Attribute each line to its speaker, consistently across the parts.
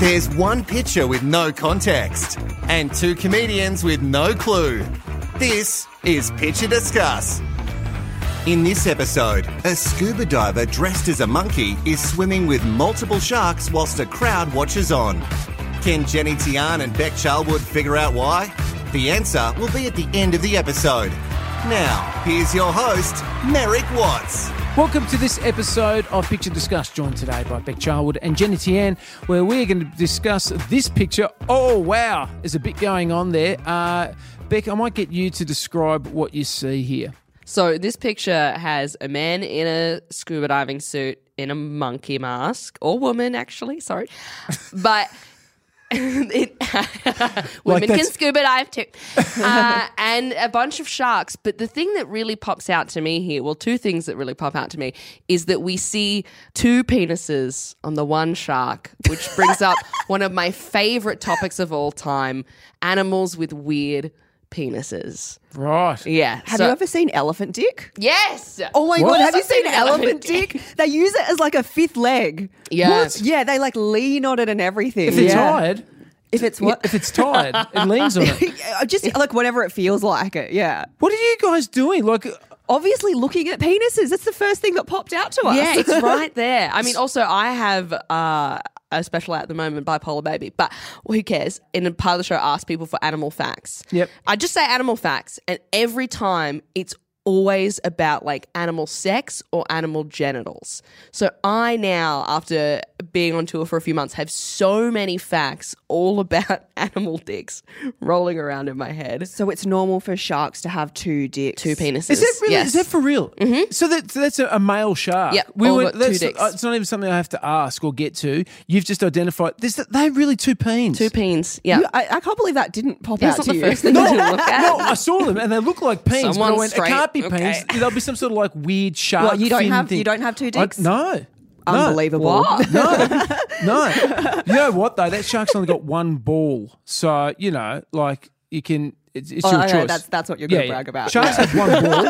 Speaker 1: There's one picture with no context and two comedians with no clue. This is Picture Discuss. In this episode, a scuba diver dressed as a monkey is swimming with multiple sharks whilst a crowd watches on. Can Jenny Tian and Beck Charlwood figure out why? The answer will be at the end of the episode. Now, here's your host, Merrick Watts.
Speaker 2: Welcome to this episode of Picture Discuss, joined today by Beck Charwood and Jenny Tian, where we're going to discuss this picture. Oh, wow, there's a bit going on there. Uh, Beck, I might get you to describe what you see here.
Speaker 3: So this picture has a man in a scuba diving suit in a monkey mask, or woman actually, sorry, but. it, women can
Speaker 2: that's-
Speaker 3: scuba dive too, uh, and a bunch of sharks. But the thing that really pops out to me here, well, two things that really pop out to me is that we see two penises on the one shark, which brings up one of my favorite topics of all time: animals with weird penises.
Speaker 2: Right.
Speaker 3: Yeah.
Speaker 4: Have
Speaker 3: so-
Speaker 4: you ever seen elephant dick?
Speaker 3: Yes.
Speaker 4: Oh my
Speaker 2: What?
Speaker 4: god, have you
Speaker 3: I've seen
Speaker 4: seen elephant
Speaker 3: elephant
Speaker 4: dick? They use it as like a fifth leg.
Speaker 3: Yeah. What?
Speaker 4: Yeah, they like lean on it and everything.
Speaker 2: If it's
Speaker 4: yeah.
Speaker 2: tired,
Speaker 4: If it's what?
Speaker 2: if it's tired, it leans on it.
Speaker 4: Yeah, Just like whatever it feels like it, yeah.
Speaker 2: What are you guys doing? Like,
Speaker 4: Obviously, looking at penises, that's the first thing that popped out to us.
Speaker 3: Yeah, it's right there. I mean, also, I have uh, a special at the moment, bipolar baby, but who cares? In a part of the show, I ask people for animal facts.
Speaker 2: Yep.
Speaker 3: I just say animal facts, and every time it's always about like animal sex or animal genitals. So I now, after being on tour for a few months, have so many facts all about animal dicks rolling around in my head.
Speaker 4: So it's normal for sharks to have two dicks.
Speaker 3: Two penises.
Speaker 2: is that really?
Speaker 3: Yes.
Speaker 2: Is that for real? Mm-hmm. So that, so that's a, a male shark.
Speaker 3: Yep,
Speaker 2: We
Speaker 3: all
Speaker 2: were,
Speaker 3: got two
Speaker 2: that's,
Speaker 3: dicks.
Speaker 2: uh, It's not even something I have to ask or get to. You've just identified. This, they're really two peens.
Speaker 3: two peens? Yeah.
Speaker 4: You- I, I can't believe that didn't pop
Speaker 3: That's
Speaker 4: out
Speaker 3: not
Speaker 4: to
Speaker 3: the
Speaker 4: you.
Speaker 3: first thing to look at.
Speaker 2: No, I saw them and they look like peens. but I
Speaker 3: Someone
Speaker 2: went, it
Speaker 3: straight-
Speaker 2: can't be peens.
Speaker 3: okay.
Speaker 2: There'll be some sort of like weird shark.
Speaker 4: What, you don't
Speaker 2: fin
Speaker 4: have-
Speaker 2: thing.
Speaker 4: you don't have two
Speaker 2: I-
Speaker 4: dicks?
Speaker 2: no.
Speaker 4: Unbelievable.
Speaker 3: What?
Speaker 2: No, no. You know what though? That shark's only got one ball, so you know, like you can. It's, it's
Speaker 4: Oh,
Speaker 2: your
Speaker 4: okay,
Speaker 2: choice.
Speaker 4: that's- that's what you're gonna brag about.
Speaker 2: Sharks have one ball.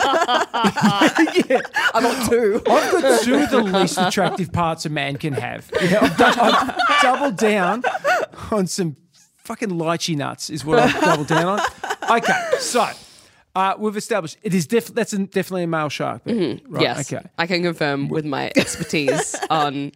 Speaker 4: I got two.
Speaker 2: I've got two of the least attractive parts a man can have. Yeah, I've, done, I've doubled down on some fucking lychee nuts is what I've doubled down on. Okay, so uh, we've established it is def- that's a, definitely a male shark. Then, right?
Speaker 3: Mm-hmm. yes.
Speaker 2: Okay.
Speaker 3: I can confirm with my expertise on.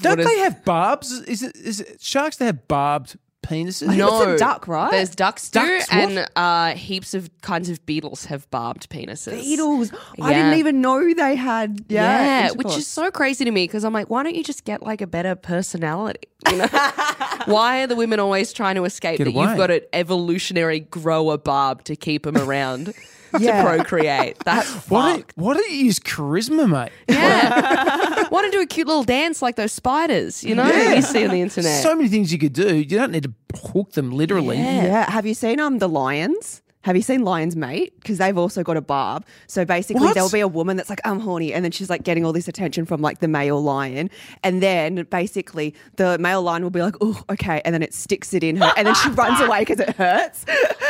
Speaker 2: Don't
Speaker 3: what is-
Speaker 2: they have barbs? Is it, is it sharks that have barbed penises?
Speaker 3: No,
Speaker 4: It's a duck, right?
Speaker 3: There's ducks too,
Speaker 2: Ducks, what?
Speaker 3: and uh, heaps of kinds of beetles have barbed penises.
Speaker 4: Beetles. I didn't
Speaker 3: Yeah.
Speaker 4: even know they had. Yeah,
Speaker 3: Yeah, which is so crazy to me because I'm like, why don't you just get like a better personality? You know? why are the women always trying to escape
Speaker 2: Get
Speaker 3: that
Speaker 2: away.
Speaker 3: you've got an evolutionary grower barb to keep them around
Speaker 4: Yeah.
Speaker 3: to procreate? That's
Speaker 2: Why don't,
Speaker 3: fucked.
Speaker 2: why don't you use charisma, mate?
Speaker 3: Yeah. why don't do a cute little dance like those spiders? You know, that you see on the internet.
Speaker 2: So many things you could do. You don't need to hook them literally.
Speaker 4: Yeah. Have you seen um the lions? Have you seen Lions Mate? Because they've also got a barb. So basically,
Speaker 2: What?
Speaker 4: there'll be a woman that's like, I'm horny. And then she's like getting all this attention from like the male lion. And then basically, the male lion will be like, oh, okay. And then it sticks it in her. And then she runs away because it hurts.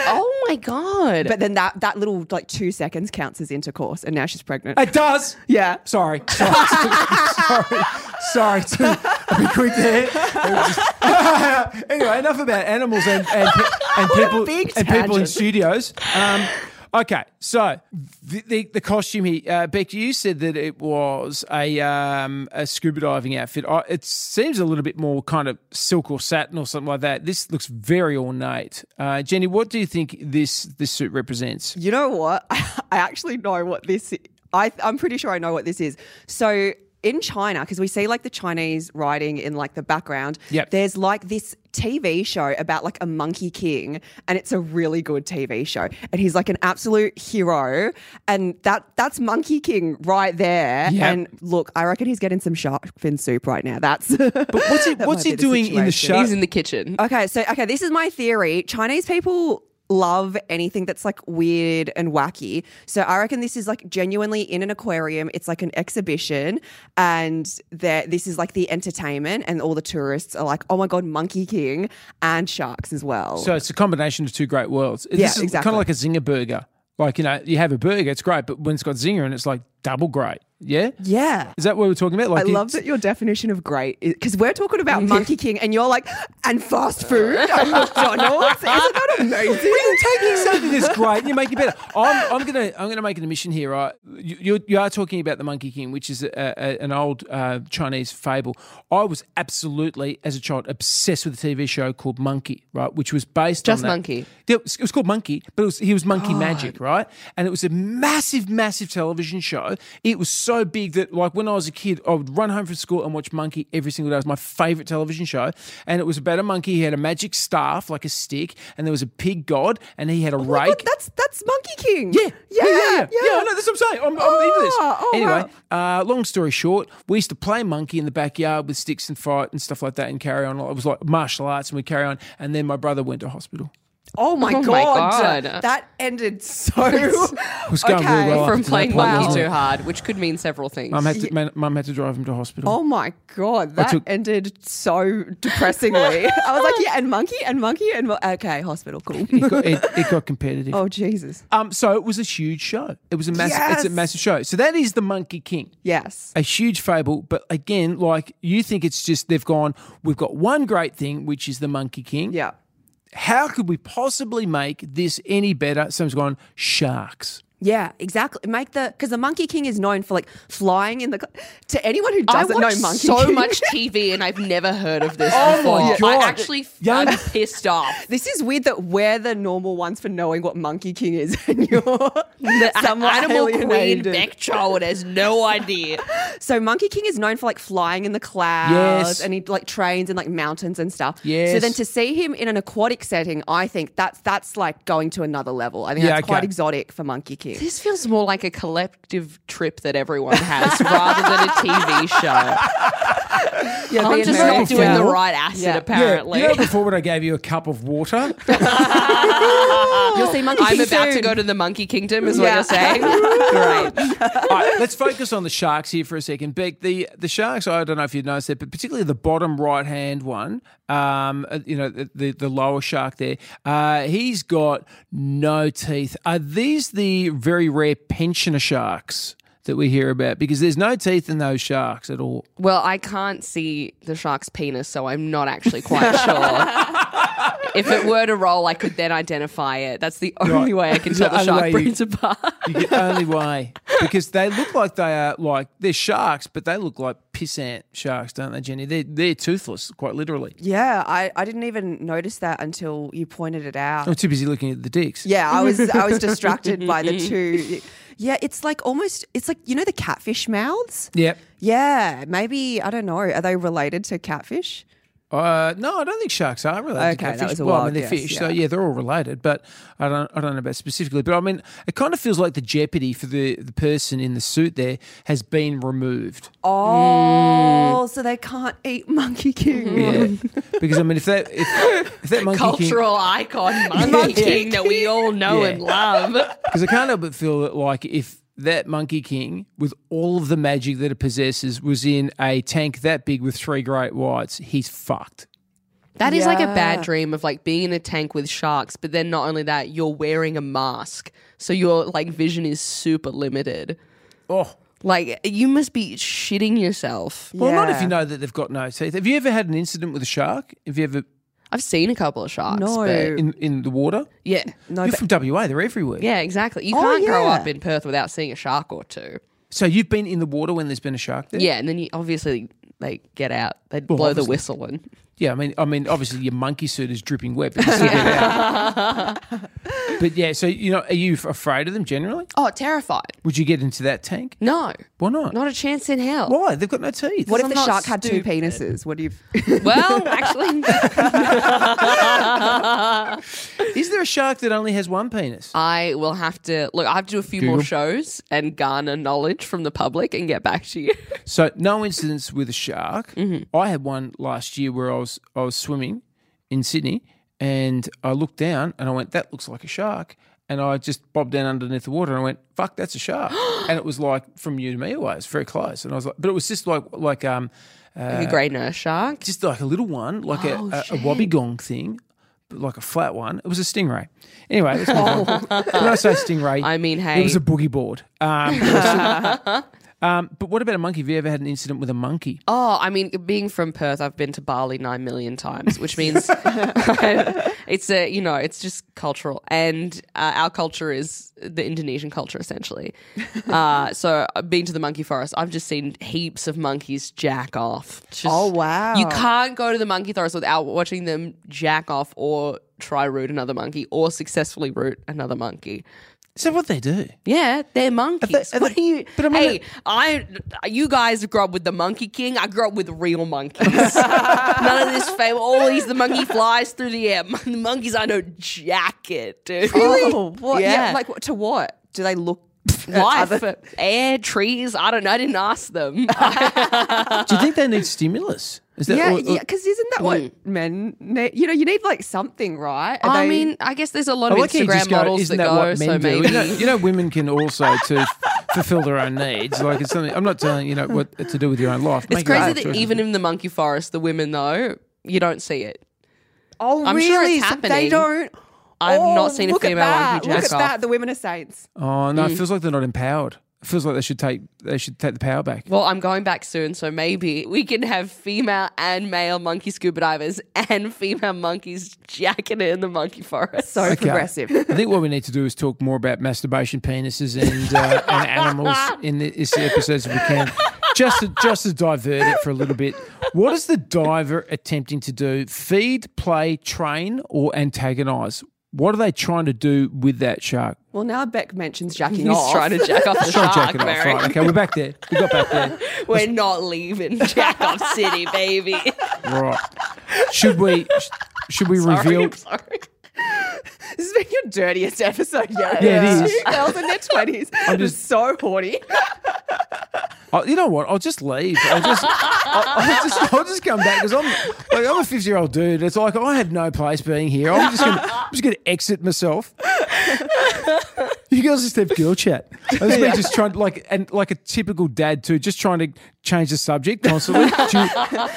Speaker 3: oh my god!
Speaker 4: But then that, that little like two seconds counts as intercourse. And now she's pregnant.
Speaker 2: It does.
Speaker 4: Yeah.
Speaker 2: Sorry. Sorry. sorry. Sorry. to- I'll be quick there. anyway, enough about animals and, and, pe- and
Speaker 4: What a
Speaker 2: people
Speaker 4: big
Speaker 2: and people in
Speaker 4: tangent.
Speaker 2: studios. Um, okay, so the, the, the costume here, uh, Beck, you said that it was a um, a scuba diving outfit. I, it seems a little bit more kind of silk or satin or something like that. This looks very ornate. Uh, Jenny, what do you think this this suit represents?
Speaker 4: You know what? I actually know what this. I I'm pretty sure I know what this is. So in China, because we see like the Chinese writing in like the background.
Speaker 2: Yep.
Speaker 4: There's like this TV show about like a monkey king, and it's a really good TV show, and he's like an absolute hero, and that that's Monkey King right there.
Speaker 2: Yep.
Speaker 4: And look, I reckon he's getting some shark fin soup right now. That's.
Speaker 2: But what's he,
Speaker 4: That
Speaker 2: what's he
Speaker 4: might be the
Speaker 2: doing in the
Speaker 4: situation.
Speaker 2: show?
Speaker 3: He's in the kitchen.
Speaker 4: Okay, so okay, this is my theory. Chinese people love anything that's like weird and wacky. So I reckon this is like genuinely in an aquarium. It's like an exhibition, and there this is like the entertainment, and all the tourists are like, "Oh my god, Monkey King and sharks as well."
Speaker 2: So it's a combination of two great worlds.
Speaker 4: Yeah,
Speaker 2: this is
Speaker 4: exactly.
Speaker 2: Kind of like a zinger burger. Like you know, you have a burger, it's great, but when it's got zinger and it's like double great. Yeah?
Speaker 4: Yeah.
Speaker 2: Is that what we're talking about?
Speaker 4: I
Speaker 2: Like
Speaker 4: love
Speaker 2: it's-
Speaker 4: that your definition of great because we're talking about Monkey King and you're like, and fast food and McDonald's. Isn't that amazing?
Speaker 2: You're taking something that's great and you make it better. I'm, I'm gonna I'm gonna make an admission here. Right, you you, you are talking about the Monkey King, which is a, a, an old uh, Chinese fable. I was absolutely as a child obsessed with a TV show called Monkey, right, which was based
Speaker 3: Just
Speaker 2: on that.
Speaker 3: Monkey?
Speaker 2: Yeah, It was, it was called Monkey, but it was, he was Monkey Magic, right? And it was a massive, massive television show. It was so big that, like, when I was a kid, I would run home from school and watch Monkey every single day. It was my favorite television show. And it was about a monkey. He had a magic staff, like a stick, and there was a pig god, and he had a
Speaker 4: Oh my
Speaker 2: rake.
Speaker 4: God, that's that's Monkey King.
Speaker 2: Yeah,
Speaker 4: yeah,
Speaker 2: yeah, yeah. I know that's what I'm saying. I'm, I'm into this.
Speaker 4: Oh, oh,
Speaker 2: anyway, uh, long story short, we used to play monkey in the backyard with sticks and fight and stuff like that, and carry on. It was like martial arts, and we carry on. And then my brother went to hospital.
Speaker 4: Oh my,
Speaker 3: Oh
Speaker 4: god.
Speaker 3: my God.
Speaker 4: that ended so.
Speaker 2: was going
Speaker 4: okay.
Speaker 2: real well
Speaker 3: From
Speaker 4: From-
Speaker 2: after Oh, that Um,
Speaker 3: playing
Speaker 2: point,
Speaker 3: Monkey
Speaker 2: wasn't
Speaker 3: too
Speaker 2: it?
Speaker 3: hard, which could mean several things.
Speaker 2: Mum had to man, mum had to drive him to hospital.
Speaker 4: oh my god, that
Speaker 2: took-
Speaker 4: ended so depressingly. I was like, yeah, and monkey, and monkey, and mo- okay, hospital, cool.
Speaker 2: It got, it, it got competitive.
Speaker 4: oh Jesus,
Speaker 2: Um, so it was a huge show. It was a massive. It's a
Speaker 4: Yes.
Speaker 2: massive show. So that is the Monkey King.
Speaker 4: yes.
Speaker 2: a huge fable, but again, like you think it's just they've gone, we've got one great thing, which is the Monkey King.
Speaker 4: Yeah.
Speaker 2: How could we possibly make this any better? Someone's gone, sharks.
Speaker 4: Yeah, exactly. Make the because the Monkey King is known for like flying in the. cl- To anyone who
Speaker 3: I
Speaker 4: doesn't know
Speaker 3: watch
Speaker 4: Monkey
Speaker 3: so
Speaker 4: King,
Speaker 3: much TV and I've never heard of this
Speaker 2: Oh
Speaker 3: before.
Speaker 2: my God.
Speaker 3: I actually
Speaker 2: Young-
Speaker 3: am pissed off.
Speaker 4: This is weird that we're the normal ones for knowing what Monkey King is, and you're
Speaker 3: The
Speaker 4: somewhat
Speaker 3: animal queen
Speaker 4: alienated.
Speaker 3: Beck Charwood has no idea.
Speaker 4: So Monkey King is known for like flying in the clouds,
Speaker 2: Yes.
Speaker 4: and he like trains in like mountains and stuff.
Speaker 2: Yes.
Speaker 4: So then to see him in an aquatic setting, I think that's that's like going to another level. I think
Speaker 2: Yeah,
Speaker 4: that's quite
Speaker 2: okay.
Speaker 4: exotic for Monkey King.
Speaker 3: This feels more like a collective trip that everyone has rather than a TV show.
Speaker 4: Yeah,
Speaker 3: I'm
Speaker 4: being
Speaker 3: just
Speaker 4: married
Speaker 3: not
Speaker 2: American.
Speaker 3: doing the
Speaker 2: Yeah.
Speaker 3: right acid,
Speaker 4: Yeah.
Speaker 3: apparently.
Speaker 2: Yeah, you know before when I gave you a cup of water?
Speaker 4: You'll see Monkey
Speaker 3: I'm
Speaker 4: King
Speaker 3: about to
Speaker 4: soon.
Speaker 3: go to the monkey kingdom, is
Speaker 4: Yeah.
Speaker 3: what you're saying. Great.
Speaker 2: All right, let's focus on the sharks here for a second. Beck, the, the sharks, I don't know if you've noticed it, but particularly the bottom right hand one, um, uh, you know, the, the, the lower shark there, uh, he's got no teeth. Are these the very rare pensioner sharks that we hear about? Because there's no teeth in those sharks at all.
Speaker 3: Well, I can't see the shark's penis, so I'm not actually quite sure. If it were to roll, I could then identify it. That's the
Speaker 2: Right.
Speaker 3: only way I can
Speaker 2: It's the
Speaker 3: tell the
Speaker 2: only way
Speaker 3: shark
Speaker 2: you-
Speaker 3: breeds apart.
Speaker 2: You get only way. Because they look like they are like, they're sharks, but they look like pissant sharks, don't they, Jenny? They're, they're toothless, quite literally.
Speaker 4: Yeah, I, I didn't even notice that until you pointed it out.
Speaker 2: I'm too busy looking at the dicks.
Speaker 4: Yeah, I was I was distracted by the two. Yeah, it's like almost it's like you know the catfish mouths.
Speaker 2: Yep.
Speaker 4: Yeah, maybe I don't know. Are they related to catfish?
Speaker 2: Uh, no, I don't think sharks are related.
Speaker 4: Okay,
Speaker 2: to
Speaker 4: that
Speaker 2: catfish.
Speaker 4: was a
Speaker 2: well, I
Speaker 4: wild
Speaker 2: mean, they're
Speaker 4: guess,
Speaker 2: fish, so
Speaker 4: yeah.
Speaker 2: yeah, they're all related. But I don't, I don't know about specifically. But I mean, it kind of feels like the jeopardy for the, the person in the suit there has been removed.
Speaker 4: Oh, so they can't eat Monkey King.
Speaker 2: Yeah, because I mean, if that if, if that monkey
Speaker 3: Cultural icon monkey
Speaker 2: Yeah.
Speaker 3: king that we all know
Speaker 2: Yeah.
Speaker 3: and love.
Speaker 2: because I can't help but feel that like if that monkey king with all of the magic that it possesses was in a tank that big with three great whites, he's fucked.
Speaker 3: That is like a
Speaker 4: Yeah.
Speaker 3: bad dream of like being in a tank with sharks, but then not only that, you're wearing a mask. So your like vision is super limited.
Speaker 2: Oh.
Speaker 3: Like you must be shitting yourself.
Speaker 2: Well, not if
Speaker 4: Yeah.
Speaker 2: you know that they've got no teeth. Have you ever had an incident with a shark? Have you ever
Speaker 3: I've seen a couple of sharks.
Speaker 4: No.
Speaker 3: but-
Speaker 2: in, in the water?
Speaker 3: yeah.
Speaker 4: No,
Speaker 2: You're
Speaker 4: but-
Speaker 2: from WA. They're everywhere.
Speaker 3: Yeah, exactly. You
Speaker 4: Oh,
Speaker 3: can't grow
Speaker 4: yeah.
Speaker 3: up in Perth without seeing a shark or two.
Speaker 2: So you've been in the water when there's been a shark there?
Speaker 3: Yeah, and then you obviously they get out. They would
Speaker 2: Well,
Speaker 3: blow the
Speaker 2: obviously.
Speaker 3: whistle and
Speaker 2: Yeah, I mean, I mean, obviously your monkey suit is dripping wet, but, you still get it out. But yeah, so you know, are you f- afraid of them generally?
Speaker 3: oh, terrified.
Speaker 2: Would you get into that tank?
Speaker 3: No,
Speaker 2: Why not?
Speaker 3: not a chance in hell.
Speaker 2: Why? They've got no teeth.
Speaker 4: What if
Speaker 3: I'm
Speaker 4: the
Speaker 3: not
Speaker 4: shark had two
Speaker 3: stupid.
Speaker 4: penises? What do you?
Speaker 3: Well, actually,
Speaker 2: Is there a shark that only has one penis?
Speaker 3: I will have to look. I have to do a few more
Speaker 2: Google.
Speaker 3: shows and garner knowledge from the public and get back to you.
Speaker 2: So no incidents with a shark.
Speaker 3: Mm-hmm.
Speaker 2: I had one last year where I was I was swimming in Sydney and I looked down and I went, that looks like a shark. And I just bobbed down underneath the water and I went, fuck, that's a shark. and it was like from you to me away. It's very close. And I was like, but it was just like like um
Speaker 3: like a grey nurse shark. Oh,
Speaker 2: just like a little one, like a, a, a wobbegong thing. like a flat one. It was a stingray. Anyway, let's move on. when I say stingray,
Speaker 3: I mean,
Speaker 2: it was
Speaker 3: hey.
Speaker 2: a boogie board. Um, it was- um, but what about a monkey? Have you ever had an incident with a monkey?
Speaker 3: Oh, I mean, being from Perth, I've been to Bali nine million times, which means it's a you know it's just cultural, and uh, our culture is the Indonesian culture essentially. Uh, so, uh, being to the monkey forest, I've just seen heaps of monkeys jack off. Just-
Speaker 4: Oh, wow.
Speaker 3: You can't go to the monkey forest without watching them jack off or try root another monkey or successfully root another monkey.
Speaker 2: Is that what they do?
Speaker 3: Yeah, they're monkeys.
Speaker 2: are
Speaker 3: what
Speaker 2: they-
Speaker 3: are you?
Speaker 2: but I mean-
Speaker 3: hey, I you guys grew up with the Monkey King. I grew up with real monkeys. None of this fame. All these the monkey flies through the air. The monkeys are no jacket, dude.
Speaker 4: Really? Oh, What? Yeah.
Speaker 3: Yeah.
Speaker 4: Like what- to what? Do they look? at
Speaker 3: Life,
Speaker 4: other-
Speaker 3: air, trees. I don't know. I didn't ask them.
Speaker 2: Do you think they need stimulus? Is that
Speaker 4: Yeah,
Speaker 2: or- or-
Speaker 4: yeah. Because isn't that what men? Need? You know, you need like something, right? Are
Speaker 3: I
Speaker 4: they-
Speaker 3: mean, I guess there's a lot
Speaker 2: I
Speaker 3: of
Speaker 2: like how you
Speaker 3: Instagram
Speaker 2: just go,
Speaker 3: models
Speaker 2: "Isn't
Speaker 3: that go.
Speaker 2: what men
Speaker 3: so
Speaker 2: do?"
Speaker 3: maybe.
Speaker 2: You know, you know, women can also to f- fulfill their own needs. Like it's something. I'm not telling you know what to do with your own life.
Speaker 3: it's crazy that even in the monkey forest, the women though you don't see it.
Speaker 4: oh,
Speaker 3: I'm
Speaker 4: really?
Speaker 3: sure it's
Speaker 4: So they
Speaker 3: happening.
Speaker 4: don't.
Speaker 3: I've
Speaker 4: Oh,
Speaker 3: not seen a
Speaker 4: look at
Speaker 3: female
Speaker 4: that.
Speaker 3: monkey
Speaker 4: Look
Speaker 3: jack
Speaker 4: at
Speaker 3: off.
Speaker 4: that. The women are saints.
Speaker 2: Oh
Speaker 3: Mm.
Speaker 2: no, it feels like they're not empowered. It feels like they should take they should take the power back.
Speaker 3: Well, I'm going back soon, so maybe we can have female and male monkey scuba divers and female monkeys jacking it in the monkey forest.
Speaker 4: So
Speaker 2: Okay.
Speaker 4: progressive.
Speaker 2: I think what we need to do is talk more about masturbation, penises, and, uh, and animals in this episode if we can. Just to, just to divert it for a little bit, what is the diver attempting to do? Feed, play, train, or antagonize? What are they trying to do with that shark?
Speaker 4: Well, now Beck mentions jacking
Speaker 3: He's
Speaker 4: off.
Speaker 3: trying to jack off the
Speaker 2: Trying to jack
Speaker 3: shark,
Speaker 2: it off,
Speaker 3: Mary.
Speaker 2: right? Okay, we're back there. We got back there.
Speaker 3: We're not leaving Jack off City, baby.
Speaker 2: Right? Should we? Should we reveal?
Speaker 3: I'm sorry.
Speaker 4: This has been your dirtiest episode yet.
Speaker 2: Yeah, it is.
Speaker 4: Two girls in their twenties. I'm
Speaker 2: just-
Speaker 4: just so horny.
Speaker 2: I, you know what? I'll just leave. I'll just, I'll, I'll just, I'll just come back because I'm, like, I'm a 50 year old dude. It's like I had no place being here. I'm just gonna, I'm just gonna exit myself. You girls just have girl chat. That's me just trying, like, and like a typical dad too, just trying to change the subject constantly. Do you,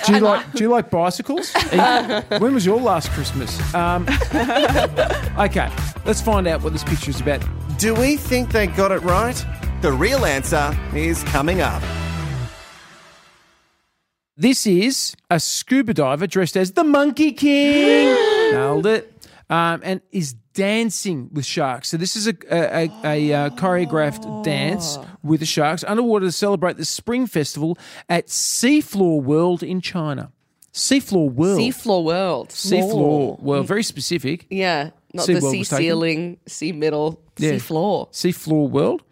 Speaker 2: do you like, do you like bicycles? Are you- when was your last Christmas? Um, okay, let's find out what this picture is about.
Speaker 1: Do we think they got it right? The real answer is coming up.
Speaker 2: This is a scuba diver dressed as the Monkey King. Nailed it. Um, and is dancing with sharks. So this is a, a, a, a uh, choreographed dance with the sharks underwater to celebrate the Spring Festival at Seafloor World in China. Seafloor World.
Speaker 3: Seafloor World.
Speaker 2: Seafloor World. Very specific.
Speaker 3: Yeah, not
Speaker 2: Sea
Speaker 3: the
Speaker 2: World
Speaker 3: sea
Speaker 2: was taken.
Speaker 3: ceiling, sea middle, sea floor.
Speaker 2: Seafloor World.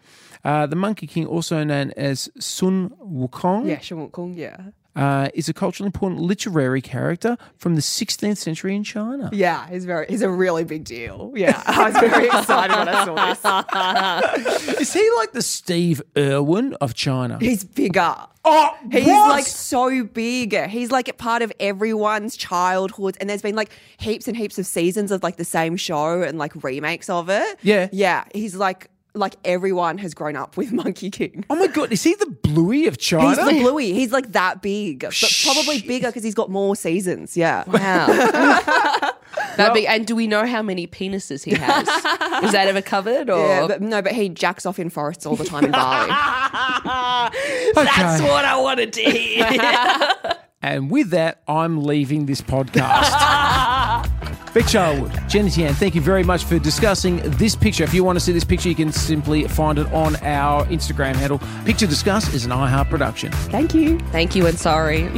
Speaker 2: Uh, the Monkey King, also known as Sun Wukong.
Speaker 4: Yeah, Shimon Kung. Yeah.
Speaker 2: uh, is a culturally important literary character from the 16th century in China.
Speaker 4: Yeah, he's very. He's a really big deal. Yeah, I was very excited when I saw this.
Speaker 2: Is he like the Steve Irwin of China?
Speaker 4: He's bigger.
Speaker 2: Oh,
Speaker 4: He's
Speaker 2: what?
Speaker 4: like so big. He's like a part of everyone's childhood. And there's been like heaps and heaps of seasons of like the same show and like remakes of it.
Speaker 2: Yeah.
Speaker 4: Yeah. He's like, like everyone has grown up with Monkey King.
Speaker 2: oh my god, is he the Bluey of
Speaker 4: He's
Speaker 2: China?
Speaker 4: the Bluey. He's like that big, but probably
Speaker 2: Shit.
Speaker 4: bigger because he's got more seasons. Yeah.
Speaker 3: Wow. that big, and do we know how many penises he has? Was that ever covered? Or
Speaker 4: Yeah, but no, but he jacks off in forests all the time in Bali.
Speaker 2: Okay.
Speaker 3: what I wanted to hear.
Speaker 2: and with that, I'm leaving this podcast. Vic Charwood, Jenny Tian, thank you very much for discussing this picture. If you want to see this picture, you can simply find it on our Instagram handle. Picture Discuss is an iHeart production.
Speaker 4: Thank you.
Speaker 3: Thank you and sorry.